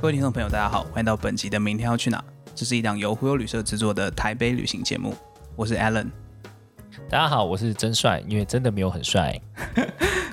各位听众朋友，大家好，欢迎到本集的《明天要去哪》，这是一档由忽悠旅社制作的台北旅行节目，我是 Alan。大家好，我是真帅，因为真的没有很帅。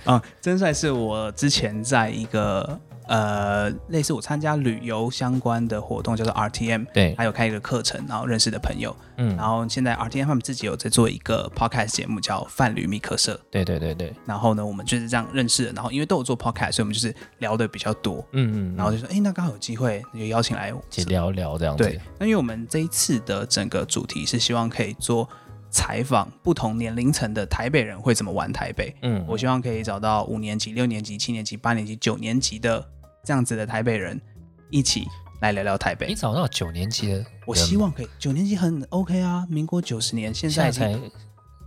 啊、真帅是我之前在一个呃类似我参加旅游相关的活动，叫做 RTM，对，还有开一个课程，然后认识的朋友，嗯然，后现在 RTM 他们自己有在做一个 podcast 节目叫《泛旅密客社》，对对对对，然后呢，我们就是这样认识的，然后因为都有做 podcast，所以我们就是聊的比较多，嗯嗯，然后就说，哎，那刚好有机会，就邀请来一起聊聊这样子。对，那因为我们这一次的整个主题是希望可以做采访不同年龄层的台北人会怎么玩台北。嗯，我希望可以找到五年级、六年级、七年级、八年级、九年级的这样子的台北人，一起来聊聊台你北。找到九年级的人，我希望可以，九年级很 OK 啊，民国九十年，现现在在已经才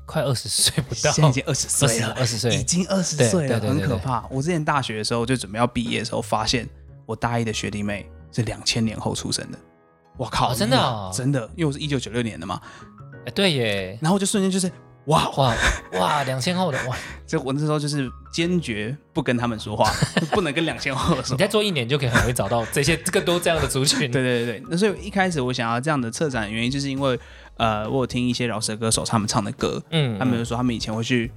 快二十岁不到，现在已经二十岁了，二十已岁，经二十对岁了，对对很对可对怕。我之前大学的时候，就准备要毕业的时候，发现我大一的学弟妹是两千年后出生的。我靠！哦真的哦真的，因为我是一九九六年的嘛，哎对耶，然后我就瞬间就是哇，哇哇，两千后的 哇，就我那时候就是坚决不跟他们说话， 不能跟两千后的说你 话。再做一年就可以很容易找到这些更多这样的族群。对对对对，那所以一开始我想要这样的策展的原因，就是因为呃，我有听一些饶舌歌手他们唱的歌，嗯，嗯，他们就说他们以前会去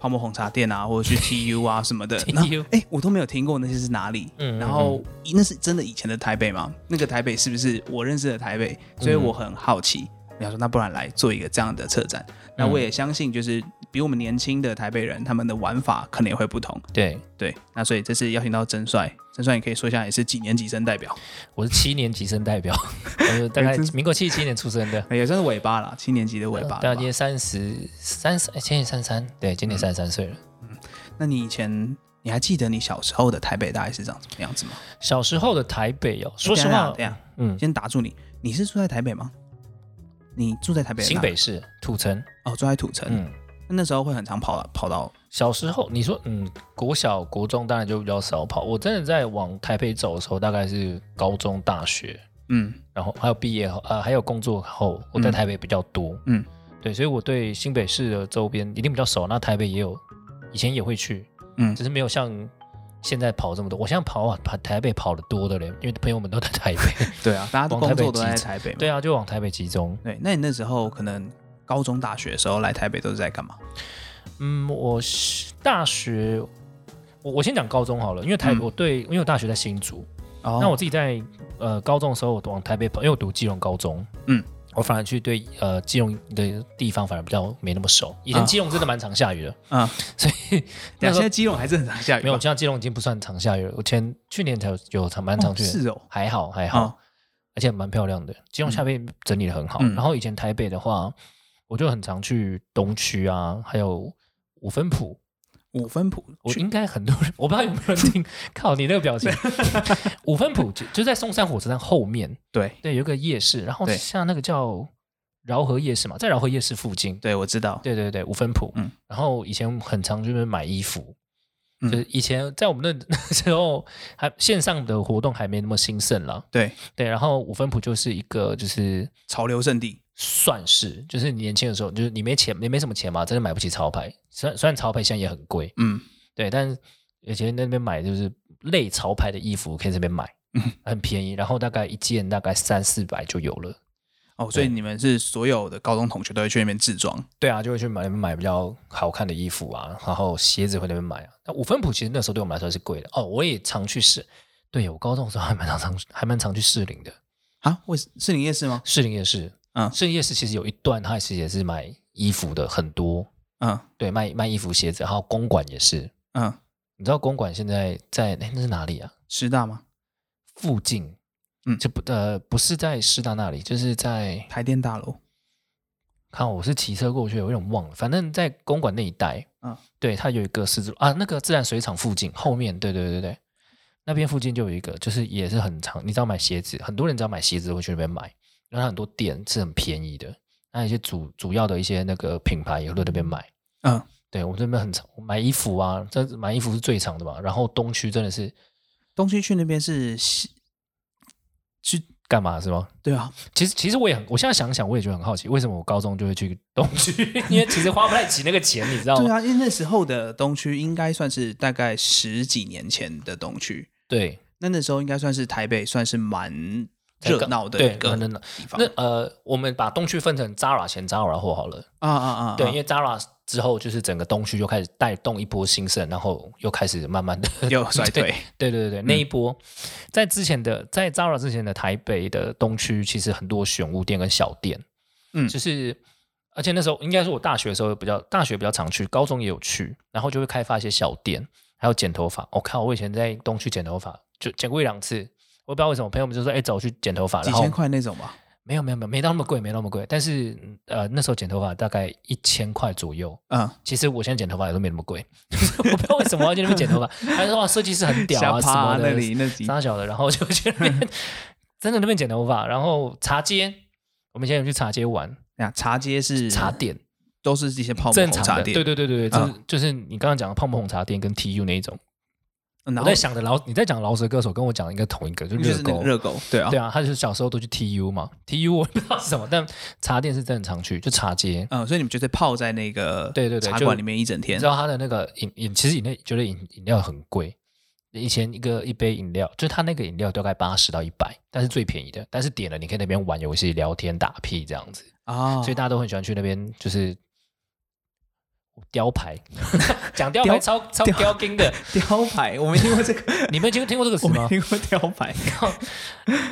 泡沫红茶店啊，或者去 TU 啊什么的。 TU 然后哎、我都没有听过那些是哪里。嗯嗯然后那是真的以前的台北吗？那个台北是不是我认识的台北？所以嗯我很好奇。我想说，那不然来做一个这样的策展。那嗯我也相信，就是比我们年轻的台北人，他们的玩法可能也会不同。对，对，那所以这次邀请到曾帅，曾帅你可以说一下你是几年级生代表，我是七年级生代表， 我是哎大概民国七十七年出生的。也算是尾巴啦，七年级的尾巴了吧。大概三十三十，哎今年三三，对，今年三十三岁了。那你以前你还记得你小时候的台北大概是长什么样子吗？小时候的台北啊哦，说实话这，样。嗯，先打住你，你是住在台北吗？你住在台北哪？新北市土城，哦，住在土城。嗯，那时候会很常跑跑到小时候你说，嗯，国小、国中当然就比较少跑。我真的在往台北走的时候，大概是高中、大学，嗯然后还有毕业后，呃，还有工作后，我在台北比较多。嗯对，所以我对新北市的周边一定比较熟。那台北也有，以前也会去，嗯只是没有像现在跑这么多。我现在跑啊，跑台北跑的多的嘞，因为朋友们都在台 北。对啊，大家的往台工北作都集在中台北嘛。对啊，就往台北集中。对，那你那时候可能高中、大学的时候来台北都是在干嘛？嗯，我是大学，我我先讲高中好了，因为台、嗯我对，因为我大学在新竹，哦那我自己在呃高中的时候，我往台北跑，因为我读基隆高中，嗯，我反而去对呃基隆的地方反而比较没那么熟。以前啊基隆真的蛮常下雨的，嗯，所以对那啊，现时候在基隆还是很常下雨吧。没有，像基隆已经不算常下雨了。我前去年才有有常蛮常哦去的，是哦，还好还好，哦而且蛮漂亮的。基隆下面整理的很好。嗯然后以前台北的话，我就很常去东区啊，还有五分埔。五分埔我去应该很多人，我不知道有没有人听。 靠你那个表情， 五分埔就就在松山火车站后面，对对，有一个夜市，然后对像那个叫饶河夜市嘛，在饶河夜市附近，对，我知道。对对对，五分埔。嗯然后以前很常去那边买衣服，嗯就是以前在我们那 那时候还线上的活动还没那么兴盛了，对，对。然后五分埔就是一个就是潮流圣地。算是，就是你年轻的时候，就是你没钱，你没什么钱嘛，真的买不起潮牌。虽然虽然潮牌现在也很贵，嗯对，但是以前那边买就是类潮牌的衣服，可以这边买嗯， 很便宜，然后大概一件大概三四百就有了。哦，所以对你们是所有的高中同学都会去那边自装。对啊，就会去买买比较好看的衣服啊，然后鞋子会那边买啊。那五分埔其实那时候对我们来说是贵的哦，我也常去试。对，我高中的时候还蛮常常还蛮常去士林的，啊？为什是你夜市吗？士林夜市，嗯士林夜市其实有一段它其实也是卖衣服的很多，嗯对，卖卖衣服鞋子，然后公馆也是。嗯，你知道公馆现在在哎那是哪里啊？师大吗？附近，嗯就不呃不是在师大那里，就是在台电大楼。看我是骑车过去，我有点忘了，反正在公馆那一带，嗯嗯，对，它有一个十字路啊，那个自然水厂附近后面，对对对对，那边附近就有一个，就是也是很长，你只要买鞋子，很多人只要买鞋子会去那边买，然后很多店是很便宜的，那一些主主要的一些那个品牌也会在那边买。嗯，对我这边很长，我买衣服啊，这买衣服是最长的嘛。然后东区真的是东西区那边是西，去干嘛是吗？对啊，其实其实我也很，我现在想想，我也觉得很好奇，为什么我高中就会去东区？ 因为其实花不太起那个钱，你知道对啊吗？啊，因为那时候的东区应该算是大概十几年前的东区，对那那时候应该算是台北算是蛮才热刚闹的对一个蛮热闹地方那呃，我们把东区分成 Zara 前 Zara 后好了。啊啊啊，对，啊因为 Zara 之后就是整个东区又开始带动一波兴盛，然后又开始慢慢的 又衰退，对对对嗯对，那一波、在之前的在 Zara 之前的台北的东区，其实很多选物店跟小店，嗯就是而且那时候应该是我大学的时候比较大学比较常去，高中也有去，然后就会开发一些小店，还有剪头发。我、靠，我以前在东区剪头发就剪过一两次，我也不知道为什么，朋友们就说哎、走去剪头发，几然后千块那种啊吧。没有没有没有没到那么贵，没到那么贵，但是呃那时候剪头发大概一千块左右，嗯，其实我现在剪头发也都没那么贵， 我不知道为什么要去那边剪头发。 他就说哇，设计师很屌瞎啊，什么趴的那里那几傻小的，然后就去那 边真的那边剪头发，然后茶街，我们以前有去茶街玩，呀，茶街是茶店都是一些泡沫正红常茶的，店，对对对对对，就是、啊就是你刚刚讲的泡沫红茶店跟 TU 那一种。嗯然我后在想的老你在讲饶舌歌手，跟我讲的应该同一个，就就热是那狗个。热狗，对啊，对啊，他就是小时候都去 TU 嘛，TU 我也不知道是什么，但茶店是正常去，就茶街。嗯，所以你们就是泡在那个对对对茶就馆里面一整天你知，道它的那个饮饮，其实饮料觉得饮饮料很贵。以前一个一杯饮料，就是它那个饮料大概八十到一百，但是最便宜的。但是点了你可以那边玩游戏、聊天、打屁这样子，啊，所以大家都很喜欢去那边，就是雕牌， 讲雕雕牌超超雕雕金 的。雕牌，我没听过 这个，你没听听过这个词我吗没？听过雕 牌，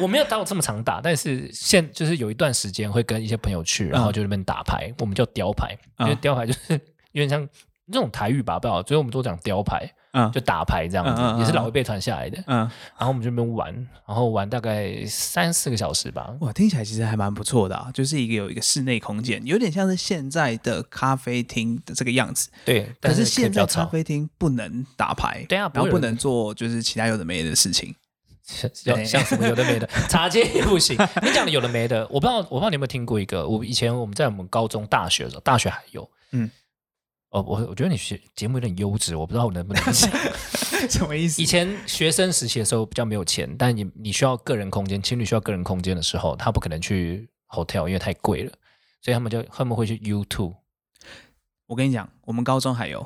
我没有打过这么常打，但是现就是有一段时间会跟一些朋友去，然后就在那边打牌，我们叫雕牌，因为嗯雕牌就是有点像那种台语吧，不好，所以我们都讲雕牌，嗯就打牌这样嗯子，嗯嗯也是老一辈传下来的。嗯，然后我们就在那边玩，然后玩大概三四个小时吧。哇，听起来其实还蛮不错的啊，就是一个有一个室内空间，有点像是现在的咖啡厅的这个样子，对，可但是可以现比在较咖吵，啡厅不能打牌，对啊不然后会有不人能做就是其他有的没的事 情，像像什么有的没的， 茶街也不行。你讲的有的没的，我不知道，我不知道你有没有听过一个，我以前我们在我们高中、大学的时候，大学还有，嗯。哦，我我觉得你学节目有点优质，我不知道我能不能讲。 什么意思以？前学生时期的时候比较没有钱，但你你需要个人空间，情侣需要个人空间的时候，他不可能去 hotel，因为太贵了，所以他们就他们会去 YouTube。我跟你讲，我们高中还 有，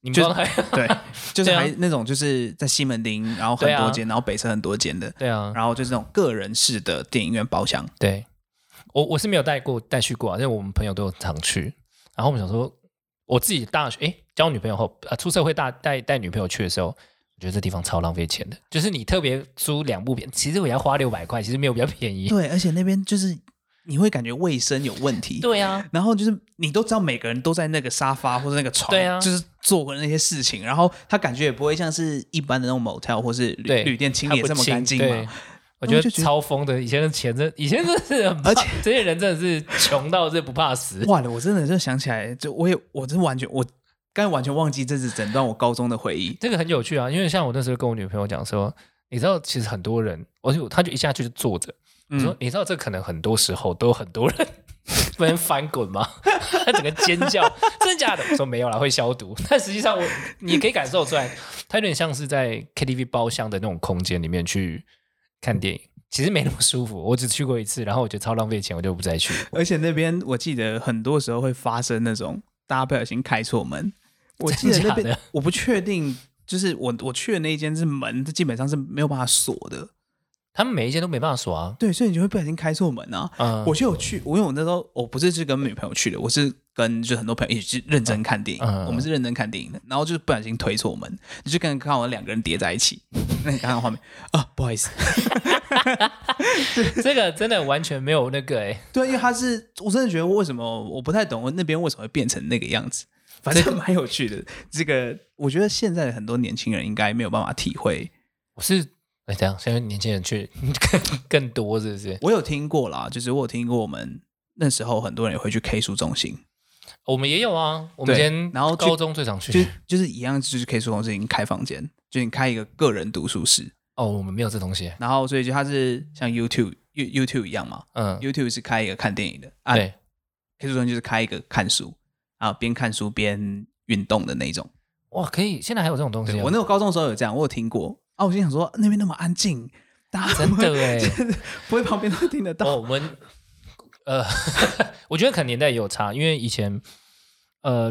你就们还对，就是对啊还那种就是在西门町，然后很对啊，多间，然后北车很多间的对啊，然后就是那种个人式的电影院包厢，对，我我是没有带过带去过啊，因为我们朋友都有常去。然后我们想说，我自己大学诶交女朋友后啊，出社会大带带女朋友去的时候，我觉得这地方超浪费钱的。就是你特别租两部片，其实我也要花六百块，其实没有比较便宜。对，啊而且那边就是你会感觉卫生有问题，对啊，然后就是你都知道每个人都在那个沙发或者那个床，对啊就是做过那些事情，然后他感觉也不会像是一般的那种 motel 或是旅对，旅店清它理不这么干净对嘛。我觉就得觉得超疯的，以前的钱真，以前真的是很怕，而且这些人真的是穷到是不怕死。哇了，我真的就想起来，就我也我真完全我刚才完全忘记这是整段我高中的回 忆。这个很有趣啊，因为像我那时候跟我女朋友讲说，你知道，其实很多人，而且他就一下去就坐着，我说、你知道这可能很多时候都有很多人 不能翻滚吗？他整个尖叫， 真的假的？我说没有啦，会消毒。 但实际上我你可以感受出来，他有点像是在 KTV 包厢的那种空间里面去看电影。其实没那么舒服，我只去过一次，然后我觉得超浪费钱，我就不再去。而且那边我记得很多时候会发生那种大家不小心开错门。我记得那真的边假的我不确定，就是我我去的那一间是门，基本上是没有办法锁的。他们每一间都没办法锁啊。对，所以你就会不小心开错门啊。嗯，我就有去，我因为我那时候我不是是跟女朋友去的，我是跟就很多朋友一起去认真看电影，嗯嗯我们是认真看电影的，然后就是不小心推错门，你就跟看我两个人叠在一起， 那你看看画面啊，不好意思， 这个真的完全没有那个哎、欸，对，因为他是我真的觉得为什么我不太懂我那边为什么会变成那个样子，反正蛮有趣的。这个我觉得现在的很多年轻人应该没有办法体会，我是哎，等一下现在年轻人去 更更多是不是？我有听过啦，就是我有听过我们那时候很多人也会去 K 书中心，我们也有啊，我们以对前然后去高中最常去就就是一样，就是 K 书中心开房间，就你开一个个人读书室。哦，我们没有这东西。然后所以就它是像 YouTube、You YouTube 一样嘛嗯， ，YouTube 是开一个看电影的啊对， ，K 书中心就是开一个看书啊，边看书边运动的那种。哇，可以，现在还有这种东西对啊、我那个高中的时候有这样，我有听过啊，我心想说那边那么安静，大家真的哎、 不会旁边都听得到。哦，我们呃， 我觉得可能年代也有差，因为以前呃，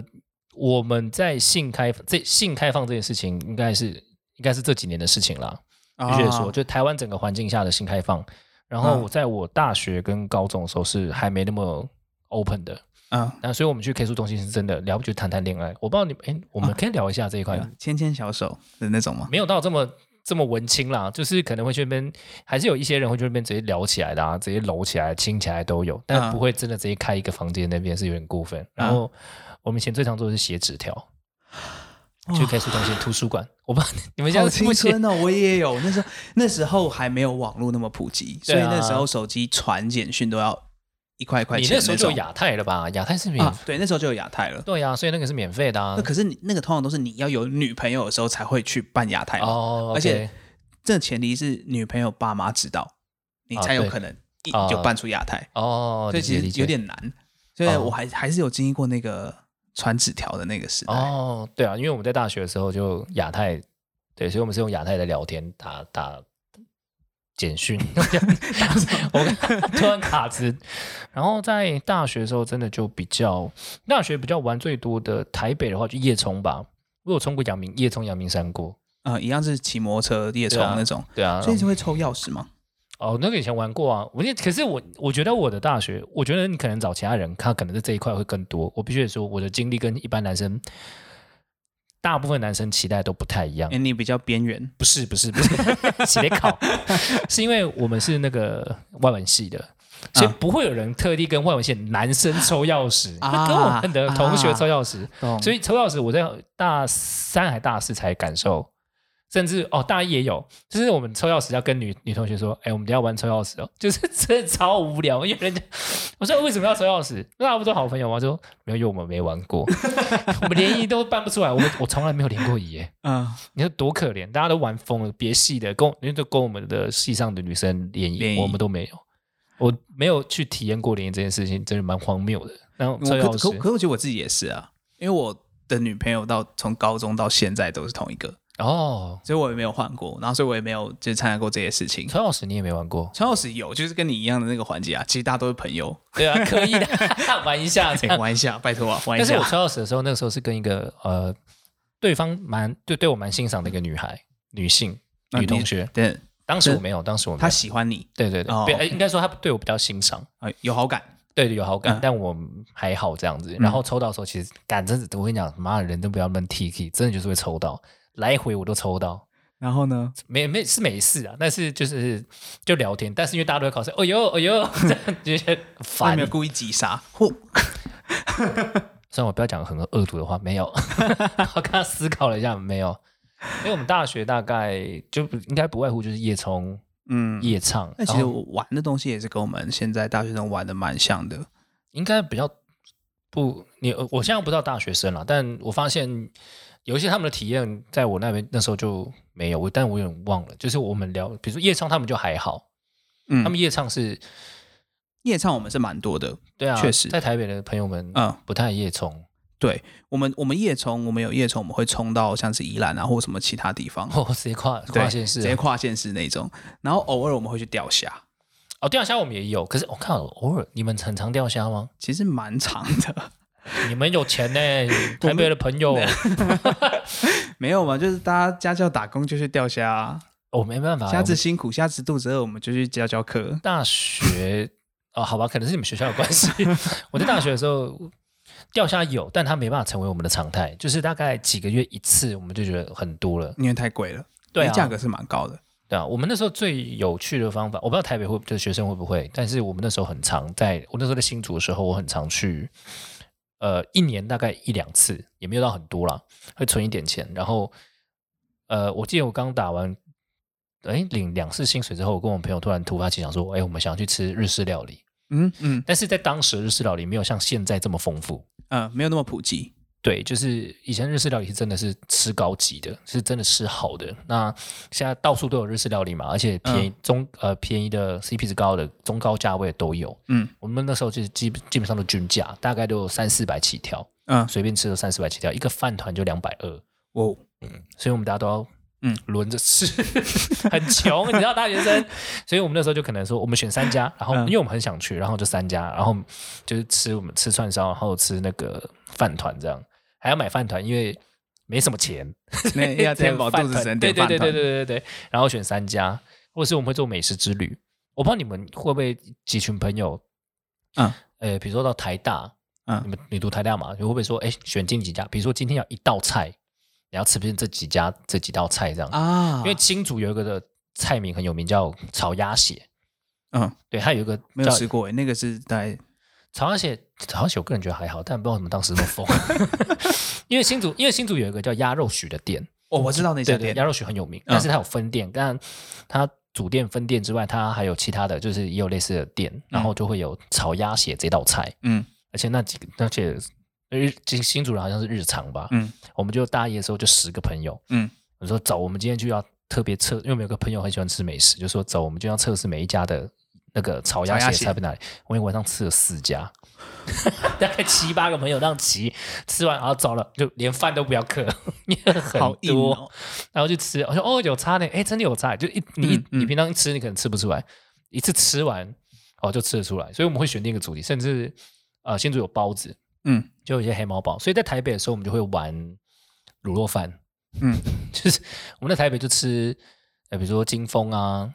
我们在性开这性开放这件事情，应该是应该是这几年的事情啦。啊必须得说，就台湾整个环境下的新开放。然后嗯我在我大学跟高中的时候是还没那么 open 的，嗯，那所以我们去 K 书中心是真的聊不就谈谈恋爱。我不知道你们，哎，我们啊可以聊一下这一块吗，牵牵小手的那种吗？没有到这么这么文青啦，就是可能会去那边，还是有一些人会去那边直接聊起来的啊，直接搂起来、亲起来都有，但嗯不会真的直接开一个房间那边是有点过分。啊然后我们以前最常做的是写纸条，去 K 书中心图书馆，我不知道你们现好在是青不写春哦！我也有，那时候那时候还没有网络那么普及，所对以啊那时候手机传简讯都要一块一块你钱那时候就种有亚太了吧？亚太是免、啊，对，那时候就有亚太了。对呀、所以那个是免费的啊那。可是你那个通常都是你要有女朋友的时候才会去办亚太嘛，哦，而且这前提是女朋友爸妈知道，你啊才有对可能一啊就办出亚太，哦，所以其理实解哦有理解点难。所以我还还是有经历过那个传纸条的那个时代。哦，对啊，因为我们在大学的时候就亚太，对，所以我们是用亚太来聊天，打打简 讯，我突然卡词。然后在大学的时候，真的就比较大学比较玩最多的台北的话，就夜冲吧。我有冲过阳明，夜冲阳明山过，呃，一样是骑摩托车夜冲对啊那种，对啊，所以就会抽钥匙吗？哦，那个以前玩过啊，我那可是我我觉得我的大学，我觉得你可能找其他人，他可能在这一块会更多。我必须得说，我的经历跟一般男生，大部分男生期待都不太一样哎，。你比较边缘，不是不是不是，写考， 是因为我们是那个外文系的，所以啊不会有人特地跟外文系的男生抽钥匙，啊那跟我们的同学抽钥匙。懂所以抽钥匙，我在大三还大四才感受，甚至哦大一也有，就是我们抽钥匙要跟女女同学说，哎、我们等一下玩抽钥匙哦，就是真的超无聊，因为人家我说为什么要抽钥匙？那我们都好朋友嘛，说没有，因为我们没玩过，我们联谊都办不出来，我们我从来没有联过谊耶，嗯，你说多可怜，大家都玩疯了，别系的跟我因为都跟我们的系上的女生联联谊，谊我们都没有，我没有去体验过联谊这件事情，真的蛮荒谬的。然后我抽可钥可匙，可我觉得我自己也是啊，因为我的女朋友到从高中到现在都是同一个，哦，所以我也没有换过，然后所以我也没有就是参加过这些事情。抽钥匙你也没玩 过。陈老师有，就是跟你一样的那个环节啊，其实大家都是朋友，对啊，可以的，玩一下这哎样。玩一下，拜托啊，玩一嗯但是下我。抽钥匙的时候，那个时候是跟一个呃，对方蛮对对我蛮欣赏的一个女孩，女性那女啊你同学。对，当时我没有，当时我没他有。喜欢你对对对，哦对，哎 OK 应该说她对我比较欣赏，啊，有好感，对有好感嗯，但我还好这样子。然后抽到的时候，其实感真的，我跟你讲，妈的人都不要闷 T K，真的就是会抽到，来回我都抽到，然后呢，没没是没事啊，但是就是就聊天，但是因为大家都会考试，哦呦 哦呦，这样就觉得很他烦没有。故意击杀，或虽然我不要讲很恶毒的话， 没有，我刚刚思考了一下，没有，因为我们大学大概就不应该不外乎就是夜冲、嗯。夜唱，那其然实后我玩的东西也是跟我们现在大学生玩的蛮像的，应该比较不，你我现在不知道大学生了，但我发现有一些他们的体验，在我那边那时候就没有，我但我有点忘了，就是我们聊，比如说夜唱，他们就还好，嗯，他们夜唱是夜唱我们是蛮多的，对啊，确实在台北的朋友们嗯，不太夜冲，对我们我们夜冲，我们有夜冲，我们会冲到像是宜兰啊或什么其他地方，哦，直接跨对跨县市直啊，接跨县市那种，然后偶尔我们会去钓虾，哦，钓虾我们也有，可是我看偶尔你们很常钓虾吗？其实蛮长的， 你们有钱呢、台北的朋友，没有嘛，就是大家家教打工就去钓虾啊，我没办法。 虾我子们辛苦，虾子肚子饿，我们就去教教课。大 学哦，好吧，可能是你们学校有关系。我在大学的时候钓虾有，但它没办法成为我们的常态，就是大概几个月一次，我们就觉得很多了。因为太贵了，对因啊，为价格是蛮高的。对啊，我们那时候最有趣的方法，我不知道台北会的学生会不会，但是我们那时候很常在，我那时候在新竹的时候，我很常去，呃，一年大概一两次，也没有到很多啦，会存一点钱，然后，呃，我记得我刚打完，哎，领两次薪水之后，我跟我朋友突然突发奇想说，哎，我们想要去吃日式料理，嗯嗯但是在当时日式料理没有像现在这么丰富，呃，没有那么普及。对，就是以前日式料理是真的是吃高级的，是真的吃好的。那现在到处都有日式料理嘛，而且便宜、中呃便宜的 CP 值高的中高价位都有。嗯我们那时候就是基本基本上都均价，大概都有三四百起跳， 嗯，随便吃都三四百起跳，一个饭团就两百二，我所以我们大家都要嗯嗯轮着吃， 很穷，你知道大学生，所以我们那时候就可能说我们选三家，然后嗯因为我们很想去，然后就三家，然后就是吃我们吃串烧，然后吃那个饭团这样，还要买饭团，因为没什么钱，那 要只有填饱饭肚子团只能对点对饭对对团。对对对对，然后选三家，或者是我们会做美食之旅。我不知道你们会不会几群朋友，嗯，呃，比如说到台大，嗯你们你读台大嘛，你会不会说，哎，选进几家？比如说今天要一道菜，你要吃遍这几家这几道菜这样，啊，因为新竹有一个的菜名很有名，叫炒鸭血，嗯对，它有一个没有叫吃过诶，那个是在炒鸭血，炒鸭血我个人觉得还好，但不知道为什么当时那么疯， 因为新竹因为新竹有一个叫鸭肉许的店，哦，我知道那家对对，店鸭肉许很有名，嗯但是它有分店，当然它主店分店之外，它还有其他的就是也有类似的店，然后就会有炒鸭血这道菜，嗯而且那几个而且日新新竹人好像是日常吧，嗯我们就大一的时候就十个朋友，嗯我说走，我们今天就要特别测，因为我们有个朋友很喜欢吃美食，就说走，我们就要测试每一家的那个炒鸭炒鸭血血菜在哪里。我一晚上吃了四家， 大概七八个朋友让齐，吃完然后走了，就连饭都不要客， 因为很好硬多，哦然后去吃，我说哦有差呢，哎真的有差，就一你一、嗯嗯你平常吃你可能吃不出来，一次吃完哦就吃得出来，所以我们会选定一个主题，甚至呃新竹有包子，嗯就有一些黑猫包，所以在台北的时候我们就会玩卤肉饭。嗯 就是我们在台北就吃，呃，比如说金峰啊，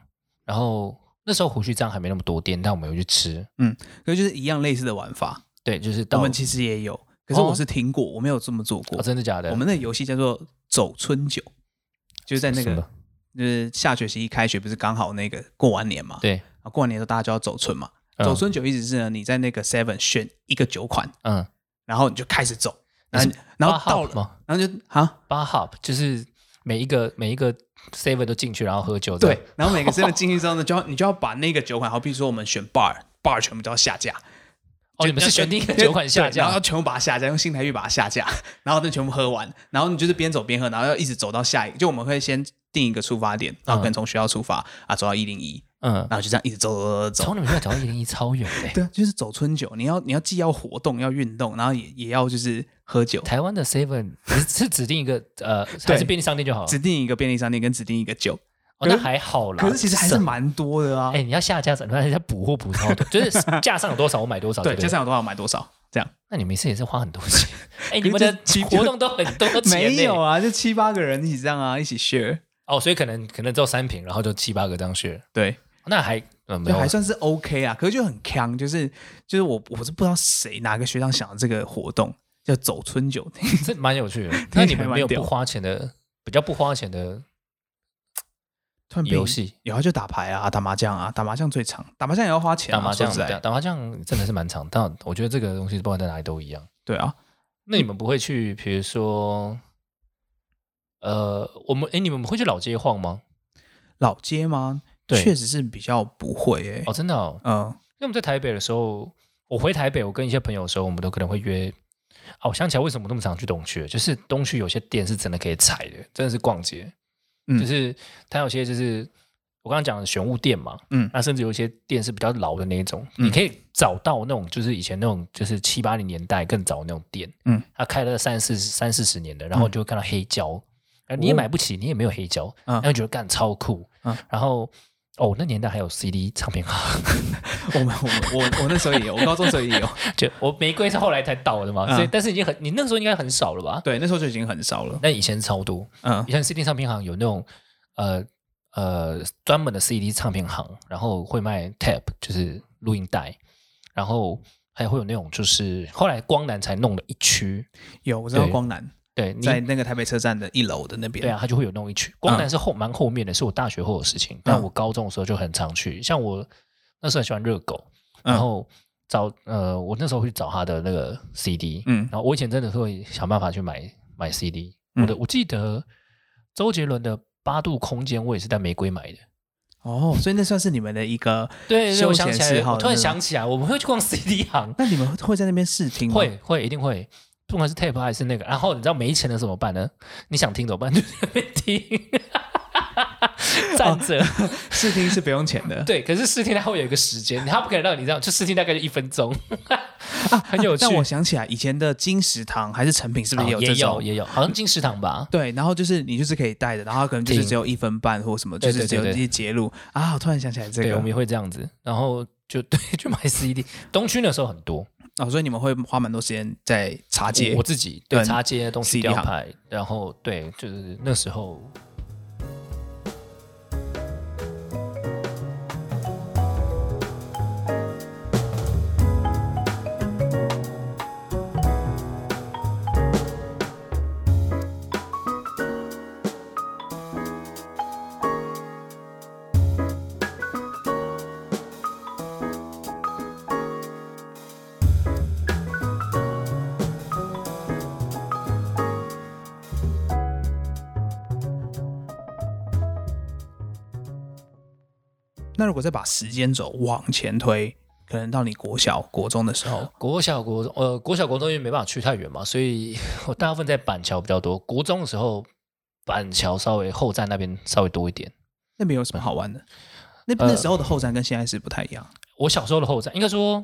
然后那时候胡须章还没那么多店，但我们有去吃，嗯，可是就是一样类似的玩法，对，就是我到们其实也有，可是我是听过，我没有这么做过哦，。真的假的？我哦们的游戏叫做走春酒，就是在那什个么就是下学期一开学不是刚好那个过完年嘛，对，啊，过完年的时候大家就要走春嘛。嗯走春酒意思是呢，你在那个 Seven 选一个酒款，嗯，然后你就开始走，然后然后到了，了然后就啊，八 hop 就是每一个每一个 seven 都进去，然后喝酒，对，，然后每 个 Seven 进去之后呢，就要你就要把那个酒款，好比说我们选 bar bar 全部都要下架，就哦，你们是选定一个对酒款下对然后要架，全部把它下架， 用新台币把它下架，然后就全部喝完，然后你就是边走边喝，然后要一直走到下一个，就我们会先定一个出发点，然后可能从学校出发、啊，走到一零一，嗯，然后就这样一直走走走走。从你们学校走到一零一超远嘞、对啊，就是走春酒，你要你要既要活动，要运动，然后也也要就是喝酒，台湾的 seven 是指定一个呃，还是便利商店就好了指？定一个便利商店跟指定一个酒，哦，那还好啦。可是其实还是省蛮多的啊哎、。你要下架，你要补货补超多，就是 架上有多少我买多少，对对，不加对？上有多少买多少，这样那你每次也是花很多 钱，哎、可是你们的这其实活动都很多钱、欸，没有啊，就七八个人一起这样啊，一起 share，哦，所以可能可能只有三瓶，然后就七八个这样学，对，那还呃没就有还算是 OK 啊。可是就很坑，就是就是我我是不知道谁哪个学长想的这个活动叫走春酒， 这蛮有趣的。起那你来们蛮没有不屌花钱的，比较不花钱的突然被游戏，有啊就打牌啊，打麻将啊，打麻将最长，打麻将也要花钱、啊，打麻说将，实在打打麻将真的是蛮长，但我觉得这个东西不管在哪里都一样。对啊，那你们不会去，比如说，呃，我们哎，你们会去老街晃吗？老街吗？对确实是比较不会诶、哦，真的哦，嗯因为我们在台北的时候，我回台北，我跟一些朋友的时候，我们都可能会约。哦，我想起来为什么那么常去东区了，就是东区有些店是真的可以踩的，真的是逛街，嗯就是它有些就是我刚刚讲的玄物店嘛，嗯那甚至有一些店是比较老的那一种，嗯你可以找到那种就是以前那种就是七八零年代更早的那种店，嗯，它开了三四三四十年的，然嗯后哦就会看到黑胶，啊你也买不起，你也没有黑胶，嗯然后觉得干超酷，嗯然后哦那年代还有 CD 唱片行。我们我们我我那时候也有，我高中时候也有，就我玫瑰是后来才倒的嘛，嗯所以但是已经很，你那个时候应该很少了吧？对，那时候就已经很少了。但以前超多，嗯以前 CD 唱片行有那种呃呃专门的 CD 唱片行，然后会卖 tape 就是录音带，然后还会有那种就是后来光南才弄了一区，有，我知道对光南对，你在那个台北车站的一楼的那边。嗯对啊，，他就会有弄一区。光南是后蛮后面的，是我大学后的事情。但我高中的时候就很常去，像我那时候很喜欢热狗，然嗯后找呃，我那时候会找他的那个 CD，嗯然后我以前真的会想办法去买买 CD。我的我记得周杰伦的《八度空间》，我也是在玫瑰买的。哦，所以那算是你们的一个对，对休我想闲起嗜来，好。我突然，想起来，我们会去逛 CD 行，那你们会在那边试听吗？ 会会一定会。不管是 tape 还是那个，然后你知道没钱了怎么办呢？你想听怎么办？ 就在那边听，站着。试听是不用钱的。 对，可是试听它会有一个时间，它不可能让你这样，就试听大概就一分钟， 很有趣。啊但我想起来，以前的金石堂还是成品，是不哦是也有也这有种？也有，好像进食堂吧。对，然后就是你就是可以带的，然后可能就是只有一分半或什么，对就是只有对对一对些节录啊。我突然想起来这对，我们个， 也会这样子，然后就对，就买 CD。东区那时候很多，哦，所以你们会花蛮多时间在茶街我我自己对跟插街东西 CD 雕嗯行牌，然后对，就是那时候那如果再把时间轴往前推，可能到你国小、国中的时候，国小国中呃国小国中因为没办法去太远嘛，所以我大部分在板桥比较多。国中的时候，板桥稍微后站那边稍微多一点。那边有什么好玩的？那那时候的后山跟现在是不太一样。我小时候的后站，应该说，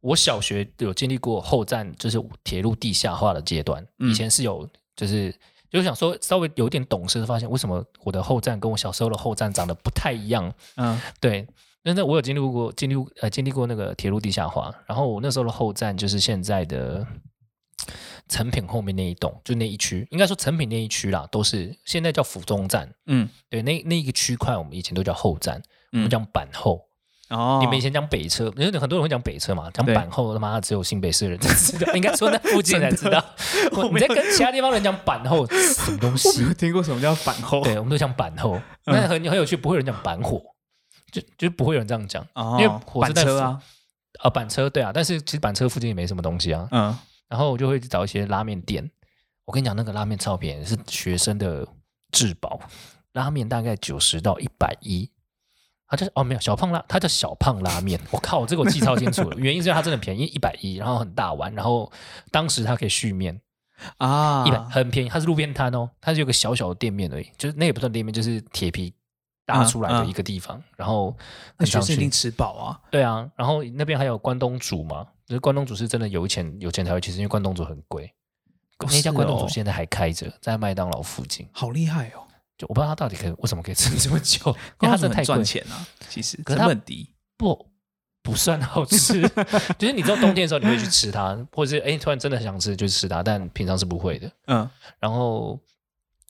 我小学有经历过后站，就是铁路地下化的阶段。嗯以前是有，就是就是想说稍微有点懂事，发现为什么我的后站跟我小时候的后站长得不太一样。嗯，对，但是我有经历过经历呃经历过那个铁路地下化，然后我那时候的后站就是现在的成品后面那一栋，就那一区，应该说成品那一区啦，都是现在叫府中站。嗯，对，那那一个区块我们以前都叫后站，我嗯们讲板后。哦，嗯你们以前讲北车，因为很多人会讲北车嘛，讲对板后他妈的只有新北市的人 才知道，应该说那附近才 知道。我你在跟其他地方人讲板后什么东我西没？ 有听嗯过什么叫反后，对，我们都讲板后，那很很有趣，不会有人讲板火，就就不会有人这样讲。哦，因为火板车站车啊，啊，板车对啊，但是其实板车附近也没什么东西啊。嗯，然后我就会去找一些拉面店。我跟你讲，那个拉面超便宜，是学生的至宝。拉面大概九十到一百一，它就是哦没有小胖拉，它叫小胖拉面。我靠，这个我记超清楚了，原因是因为它真的便宜，一百一，然后很大碗，然后当时它可以续面，啊，一百很便宜，它是路边摊哦，它是有个小小的店面而已，就是那也不算店面，就是铁皮搭出来的一个地方，然后嗯那很学常生一去定吃饱啊，对啊，然后那边还有关东煮嘛，就是关东煮是真的有钱有钱才会去吃，因为关东煮很贵。哦那家关东是煮哦现在还开着，在麦当劳附近。好厉害哦，就我不知道它到底可以为什么可以吃这么久，因为它他真是的太很贵赚，钱啊，其实成可是它本低，不不算 好吃。就是你知道冬天的时候你会去吃它，或者是哎突然真的很想吃就吃它，但平常是不会的。嗯然后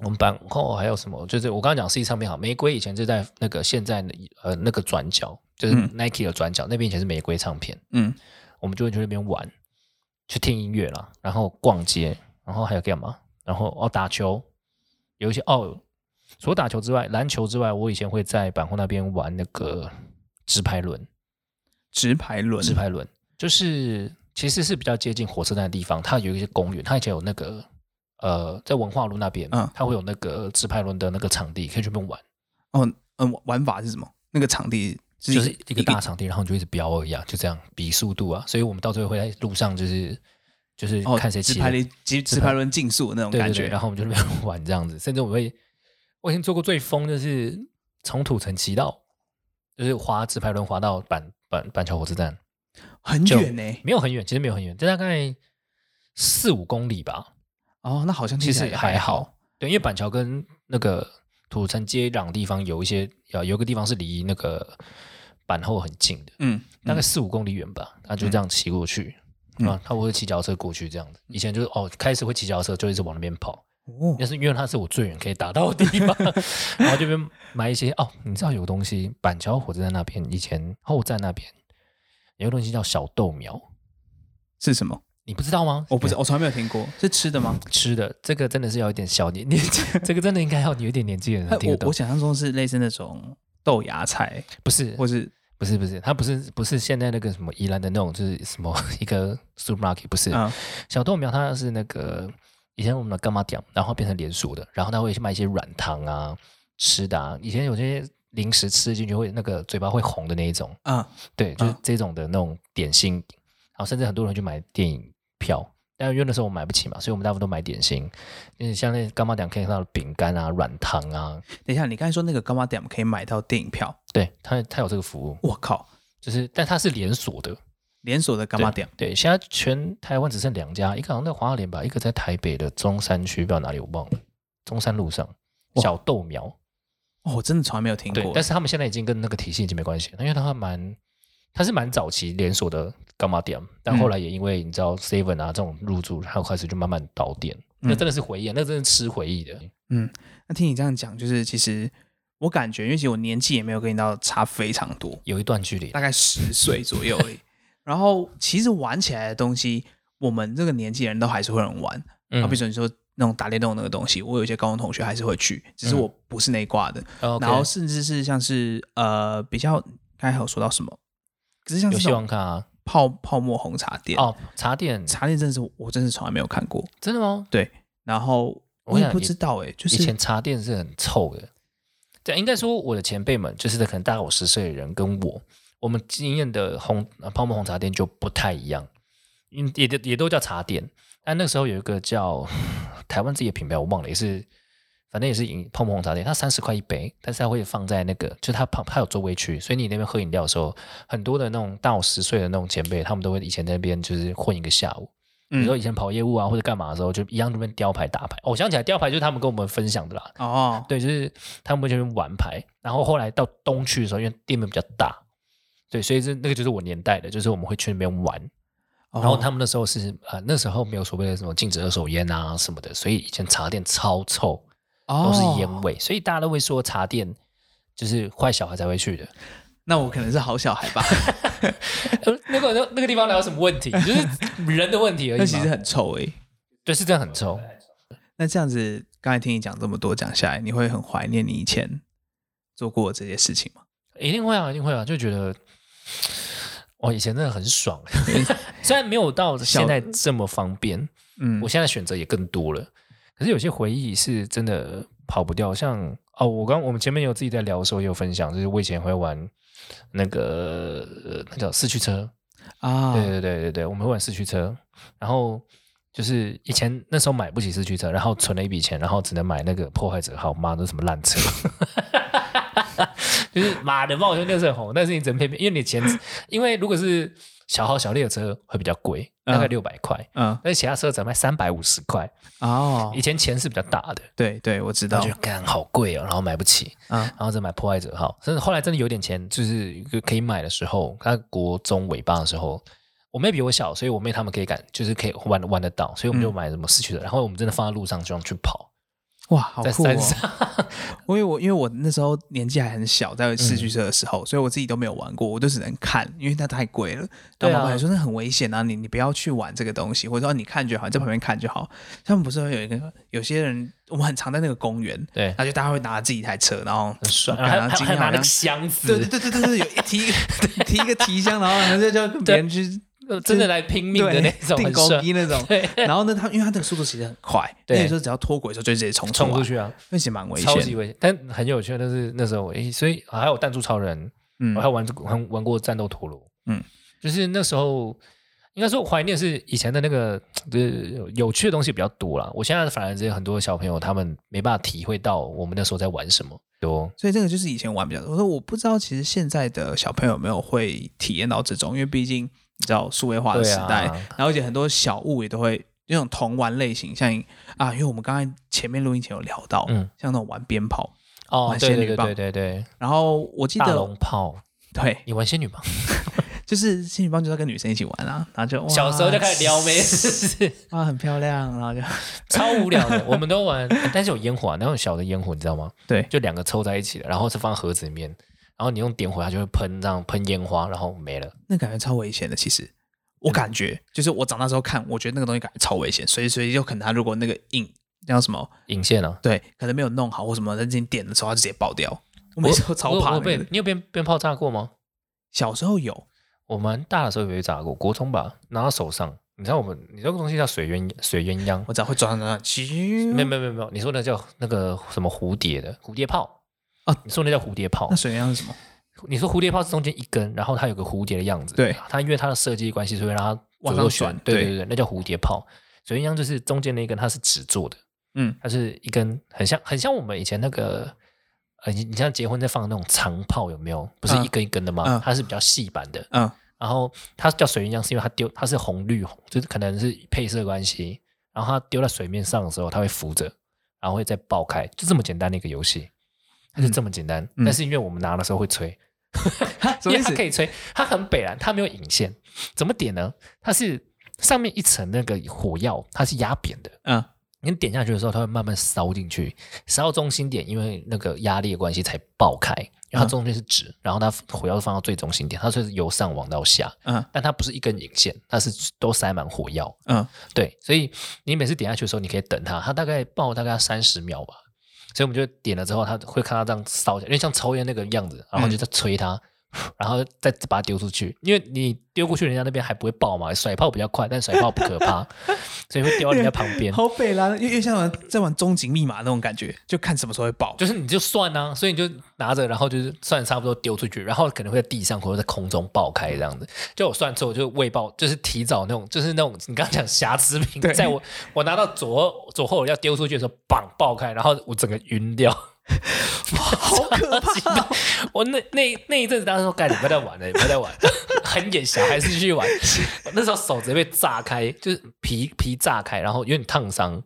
我们板后还有什么？就是我刚刚讲 C 唱片行，玫瑰以前就在那个现在的呃那个转角，就是嗯 Nike 的转角、那边以前是玫瑰唱片。嗯，我们就会去那边玩，去听音乐啦，然后逛街，然后还有干嘛？然后哦打球，有一些哦，除了打球之外，篮球之外，我以前会在板后那边玩那个直排轮，直排轮，直排轮就是其实是比较接近火车站的地方，它有一些公园，它以前有那个呃在文化路那边，嗯它会有那个直排轮的那个场地，可以去那边玩，哦，嗯，玩法是什么？那个场地就是一个大场地，然后你就一直飙而已啊，就这样比速度啊，所以我们到最后会在路上就是。就是哦，看谁骑直得排轮直直排轮竞速的那种对感对对，觉然，后我们就在那边 玩这样子，甚至我会，我以前做过最疯的是从土城骑到，就是滑直排轮滑到板板板桥火车站，很就远呢。没有很远，其实没有很远，这大概四五公里吧，哦，那好像其听起来实也还好。好，对，因为板桥跟那个土城接壤的地方有一些，呃，有一个地方是离那个板后很近的，嗯，大概嗯四五公里远吧，他就这样骑过去。嗯啊，他会骑脚踏车过去这样子。以前就是哦，开始会骑脚踏车，就一直往那边跑。哦，但是因为它是我最远可以达到的地方， 然后这边买一些哦，你知道有个东西，板桥火车站那边以前后站那边有个东西叫小豆苗，是什么？你不知道吗？我不知，我从来没有听过，是吃的吗？吃的，这个真的是要有点小年年 纪，这个真的应该要有一点年纪的人才哎听得我懂我。想象中是类似那种豆芽菜，不是，或是不是，不是，它不是不是现在那个什么宜兰的那种，就是什么 一个 supermarket，不是、嗯小豆苗，它是那个以前我们的干妈店，然后变成连锁的，然后它会去卖一些软糖啊、吃的啊，以前有些零食吃进去会那个嘴巴会红的那一种，嗯对，就是啊这种的那种点心，然后甚至很多人去买电影票。但因为那时候我买不起嘛，所以我们大部分都买点心。嗯，像那干妈店可以看到饼干啊、软糖啊，等一下，你刚才说那个 Gamma Dam 可以买到电影票，对，它它有这个服务，我靠，就是但它是连锁的，连锁的 Gamma Dam 对，现在全台湾只剩两家，一个好像在华联吧，一个在台北的中山区，不知道哪里我忘了，中山路上哇小豆苗。哦，我真的从来没有听对过，但。是他们现在已经跟那个体系已经没关系了，因为他们蛮它是蛮早期连锁的干妈店，但后来也因为你知道 Seven 啊这种入驻，然后开始就慢慢倒店。嗯那真的是回忆啊，那真的是吃回忆的。那听你这样讲，就是其实我感觉，因为其实我年纪也没有跟你到差非常多，有一段距离，大概十岁左右而已。然后其实玩起来的东西，我们这个年纪人都还是会有人玩。嗯好、比说你说那种打电动那个东西，我有一些高中同学还是会去，只是嗯我不是那一挂的。 OK 然后甚至是像是呃比较刚才还有说到什么，只是像有是希那望种看啊。泡泡沫红茶店，哦，茶店茶店真的是我真是从来没有看过。真的吗？然后我我也想不也知道哎、就以是前茶店是很臭的。对，应该说我的前辈们，就是可能大概我十岁的人跟我，我们经验的红呃泡沫红茶店就不太一样，嗯，也都也都叫茶店。但那时候有一个叫台湾自己的品牌，我忘了，也是反正也是饮泡沫红茶店，它三十块一杯，但是它会放在那个，就是它旁它有座位区，所以你那边喝饮料的时候，很多的那种大我十岁的那种前辈，他们都会以前在那边就是混一个下午。比嗯如说以前跑业务啊或者干嘛的时候，就一样这边雕牌打牌。哦，我想起来雕牌就是他们跟我们分享的啦。哦，对，就是他们会这边玩牌，然后后来到东区的时候，因为店面比较大，对，所以这那个就是我年代的，就是我们会去那边玩。然然后他们那时候是呃那时候没有所谓的什么禁止二手烟啊什么的，所以以前茶店超臭，哦都是烟味，所以大家都会说茶店就是坏小孩才会去的。那我可能是好小 孩吧，呃，那个那那个地方哪有什么问题？就是人的问题而 已那嘛。其实很臭诶、对，是真的很臭。那这样子，刚才听你讲这么多，讲下来，你会很怀念你以前做过的这些事情吗？一定会啊，一定会啊，就觉得我以前真的很爽，虽然没有到现在这么方便，嗯我现在选择也更多了。可是有些回忆是真的跑不掉，像哦，我刚我们前面有自己在聊的时候也有分享，就是我以前会玩那个呃那叫四驱车，啊，对对对对对，我们会玩四驱车，然后就是以前那时候买不起四驱车，然后存了一笔钱，然后只能买那个破坏者号，妈的什么烂车， 就是妈的冒险那时候很红，但是你整片片，因为你钱，因为如果是小号小列的车会比较贵，大概嗯六百块，嗯，但是其他车只能卖三百五十块，哦以，前钱是比较大的。对对，我知然道后就干好贵哦，然后买不起，啊，然后再买破坏者号，甚至后来真的有点钱，就是可以买的时候，他国中尾巴的时候，我妹比我小，所以我妹他们可以赶，就是可以玩玩得到，所以我们就嗯买什么四驱的，然后我们真的放在路上就去跑，哇，好在酷哦山！上，因为我因为我那时候年纪还很小，在四嗯驱车的时候，所以我自己都没有玩过，我就只能看，因为它太贵了。对然啊后我爸爸说那很危险啊，你你不要去玩这个东西，或者说啊你看就好，你在旁边看就好。他们不是会有一个有些人，我们很常在那个公园，对然，后就大家会拿自己一台车，然后很帅，感然到后还今还天拿好那像个箱子，对对对对对，有一提提一个提箱，然后然后就就跟别人去呃真的来拼命的对那种，定很高帅，低那种。对，然后呢，他因为他的速度其实很快，对那你说只要脱轨的时候就直接冲冲出出来，去啊，那其实蛮危超级险。危险，但很有趣，但是那时候我，诶所以还有弹珠超人，嗯我还玩玩玩过战斗陀螺，嗯嗯，就是那时候应该说怀念是以前的那个呃有趣的东西比较多啦。我现在反而是很多小朋友他们没办法体会到我们那时候在玩什么，多所以这个就是以前玩比较多。我说我不知道，其实现在的小朋友有没有会体验到这种，因为毕竟你知道数位化的对时啊代，然后而且很多小物也都会那种童玩类型，像啊，因为我们刚才前面录音前有聊到，嗯像那种玩鞭炮。哦玩，对仙对女对棒对对对，然后我记大得龙炮，对，你玩仙女棒？ 就是仙女棒就是要跟女生一起玩啊，然后就哇小时候就开始撩妹，啊，很漂亮，然后就超无聊的，我们都玩，但是有烟火、啊，那种小的烟火你知道吗？对就两个凑在一起的，然后是放盒子里面，然后你用点火它就会喷，这样喷烟花，然后没了。那感觉超危险的。其实我感觉，就是我长大之后看，我觉得那个东西感觉超危险，随时随地就可能它如果那个硬叫什么，引线啊，对，可能没有弄好或什么，但是你点的时候它就直接爆掉。我每次都超我怕我那被个的。你有被鞭炮炸过吗？小时候有，我蛮大的时候有被炸过，国中吧，拿到手上。你知道我们，你知道个东西叫水鸳水鸳鸯？我只要会转转转，啾没有没有没有没有，你说那叫那个什么蝴蝶的蝴蝶炮啊你说那叫蝴蝶炮那？水鸯是什么？你说蝴蝶炮是中间一根，然后它有个蝴蝶的样子。对，它因为它的设计关系，所以让它往左上右转旋。对对对对，那叫蝴蝶炮。水鸳鸯就是中间那一根，它是纸做的，嗯，它是一根很像很像我们以前那个。呃，你你像结婚在放那种长炮有没有？不是嗯一根一根的吗？嗯它是比较细版的，嗯，然后它叫水鸳鸯，是因为它丢它是红绿红，就是可能是配色关系。然后它丢在水面上的时候，它会浮着，然后会再爆开，就这么简单的一个游戏，它就这么简单。嗯但是因为我们拿的时候会吹，什么意因为它思可？以吹，它很北蓝，它没有引线，怎么点呢？它是上面一层那个火药，它是压扁的，嗯，你点下去的时候，它会慢慢烧进去，烧到中心点，因为那个压力的关系才爆开，因为它嗯中间是直，然后它火药放到最中心点，它就是由上往到下，嗯但它不是一根引线，它是都塞满火药，嗯，对，所以你每次点下去的时候，你可以等它，它大概爆大概三十秒吧，所以我们就点了之后，它会看它这样烧起来，因为像抽烟那个样子，然后就在吹它， 然后再把它丢出去，因为你丢过去，人家那边还不会爆嘛，甩炮比较快，但甩炮不可怕，所以会丢到人家旁边。好北啦，又又像玩在玩终极密码那种感觉，就 看什么时候会爆。就是你就算啊，所以你就拿着，然后就是算差不多丢出去，然后可能会在地上或者在空中爆开这样子。就我算错，就未爆，就是提早那种，就是那种你刚刚讲瑕疵品对，在我我拿到左左后要丢出去的时候，砰爆开，然后我整个晕掉。 好可怕哦、我那那那一阵子，当时说干，你不要再玩欸了，你不要再玩 了，很眼瞎，还是继续玩。我那时候手直接被炸开，就是皮皮炸开，然后有点烫伤。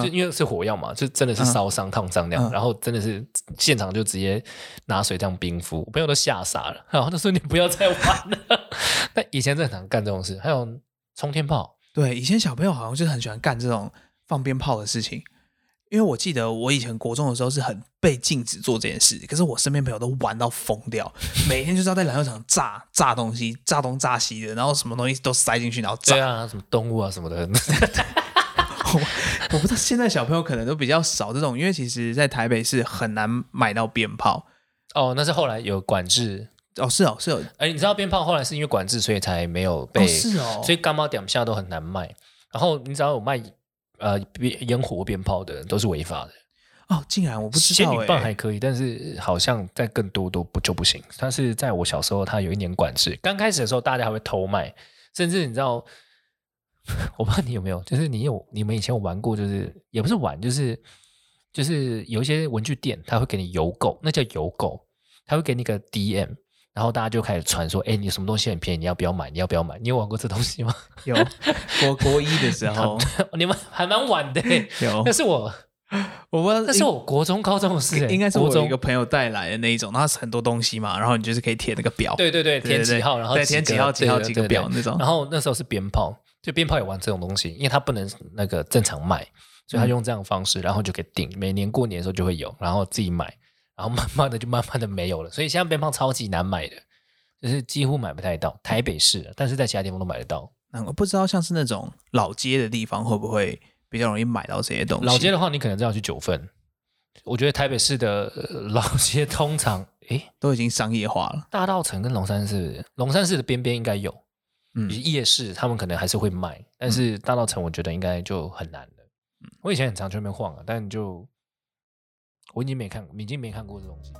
就嗯，因为是火药嘛，就真的是烧伤、烫伤那样，嗯然后真的是现场就直接拿水这样冰敷，我朋友都吓傻了， 然后他说你不要再玩了。 但以前真的很常干这种事，还有冲天炮，对，以前小朋友好像就是很喜欢干这种放鞭炮的事情，因为我记得我以前国中的时候是很被禁止做这件事，可是我身边朋友都玩到疯掉，每天就是要在篮球场炸炸东西，炸东炸西的，然后什么东西都塞进去，然后炸对啊，什么动物啊什么的， 我我不知道现在小朋友可能都比较少这种，因为其实，在台北是很难买到鞭炮。哦，那是后来有管制，哦，是哦，是哦，哎，你知道鞭炮后来是因为管制，所以才没有被，哦是哦，所以干妈点下都很难卖，然后你只要有卖呃烟烟火鞭炮的都是违法的。哦，竟然我不知仙道女棒哎、还可以，但是好像在更多都不就不行。但是在我小时候，它有一年管制，刚开始的时候大家还会偷卖，甚至你知道， 我不知道你有没有，就是你有你们以前有玩过，就是也不是玩，就是就是有一些文具店，它会给你邮购，那叫邮购，它会给你个 DM。然后大家就开始传说，哎，你什么东西很便宜，你要不要买？你要不要买？你有玩过这东西吗？ 有国国一的时候你们还蛮晚的、欸，有那，是我，我不知道，那是我国中、高中的事、欸，应该是国我有中一个朋友带来的那一种，然后是很多东西嘛，然后你就是可以贴那个表，对对对，对填对几号，然后对填几号几号几个。对表对对那种对，然后那时候是鞭炮，就鞭炮也玩这种东西，因为它不能那个正常卖，所以他嗯用这样的方式，然后就给定。每年过年的时候就会有，然后自己买，然后慢慢的就慢慢的没有了。所以现在鞭炮超级难买的，就是几乎买不太到，台北市，但是在其他地方都买得到。嗯我不知道像是那种老街的地方会不会比较容易买到这些东西。老街的话，你可能真要去九份。我觉得台北市的呃 老街通常，诶，都已经商业化了，大稻城跟龙山寺，龙山寺的边边应该有，嗯夜市他们可能还是会卖，但是大稻城我觉得应该就很难了。嗯我以前很常去那边晃啊，但就我已经没看，已经没看过这东西。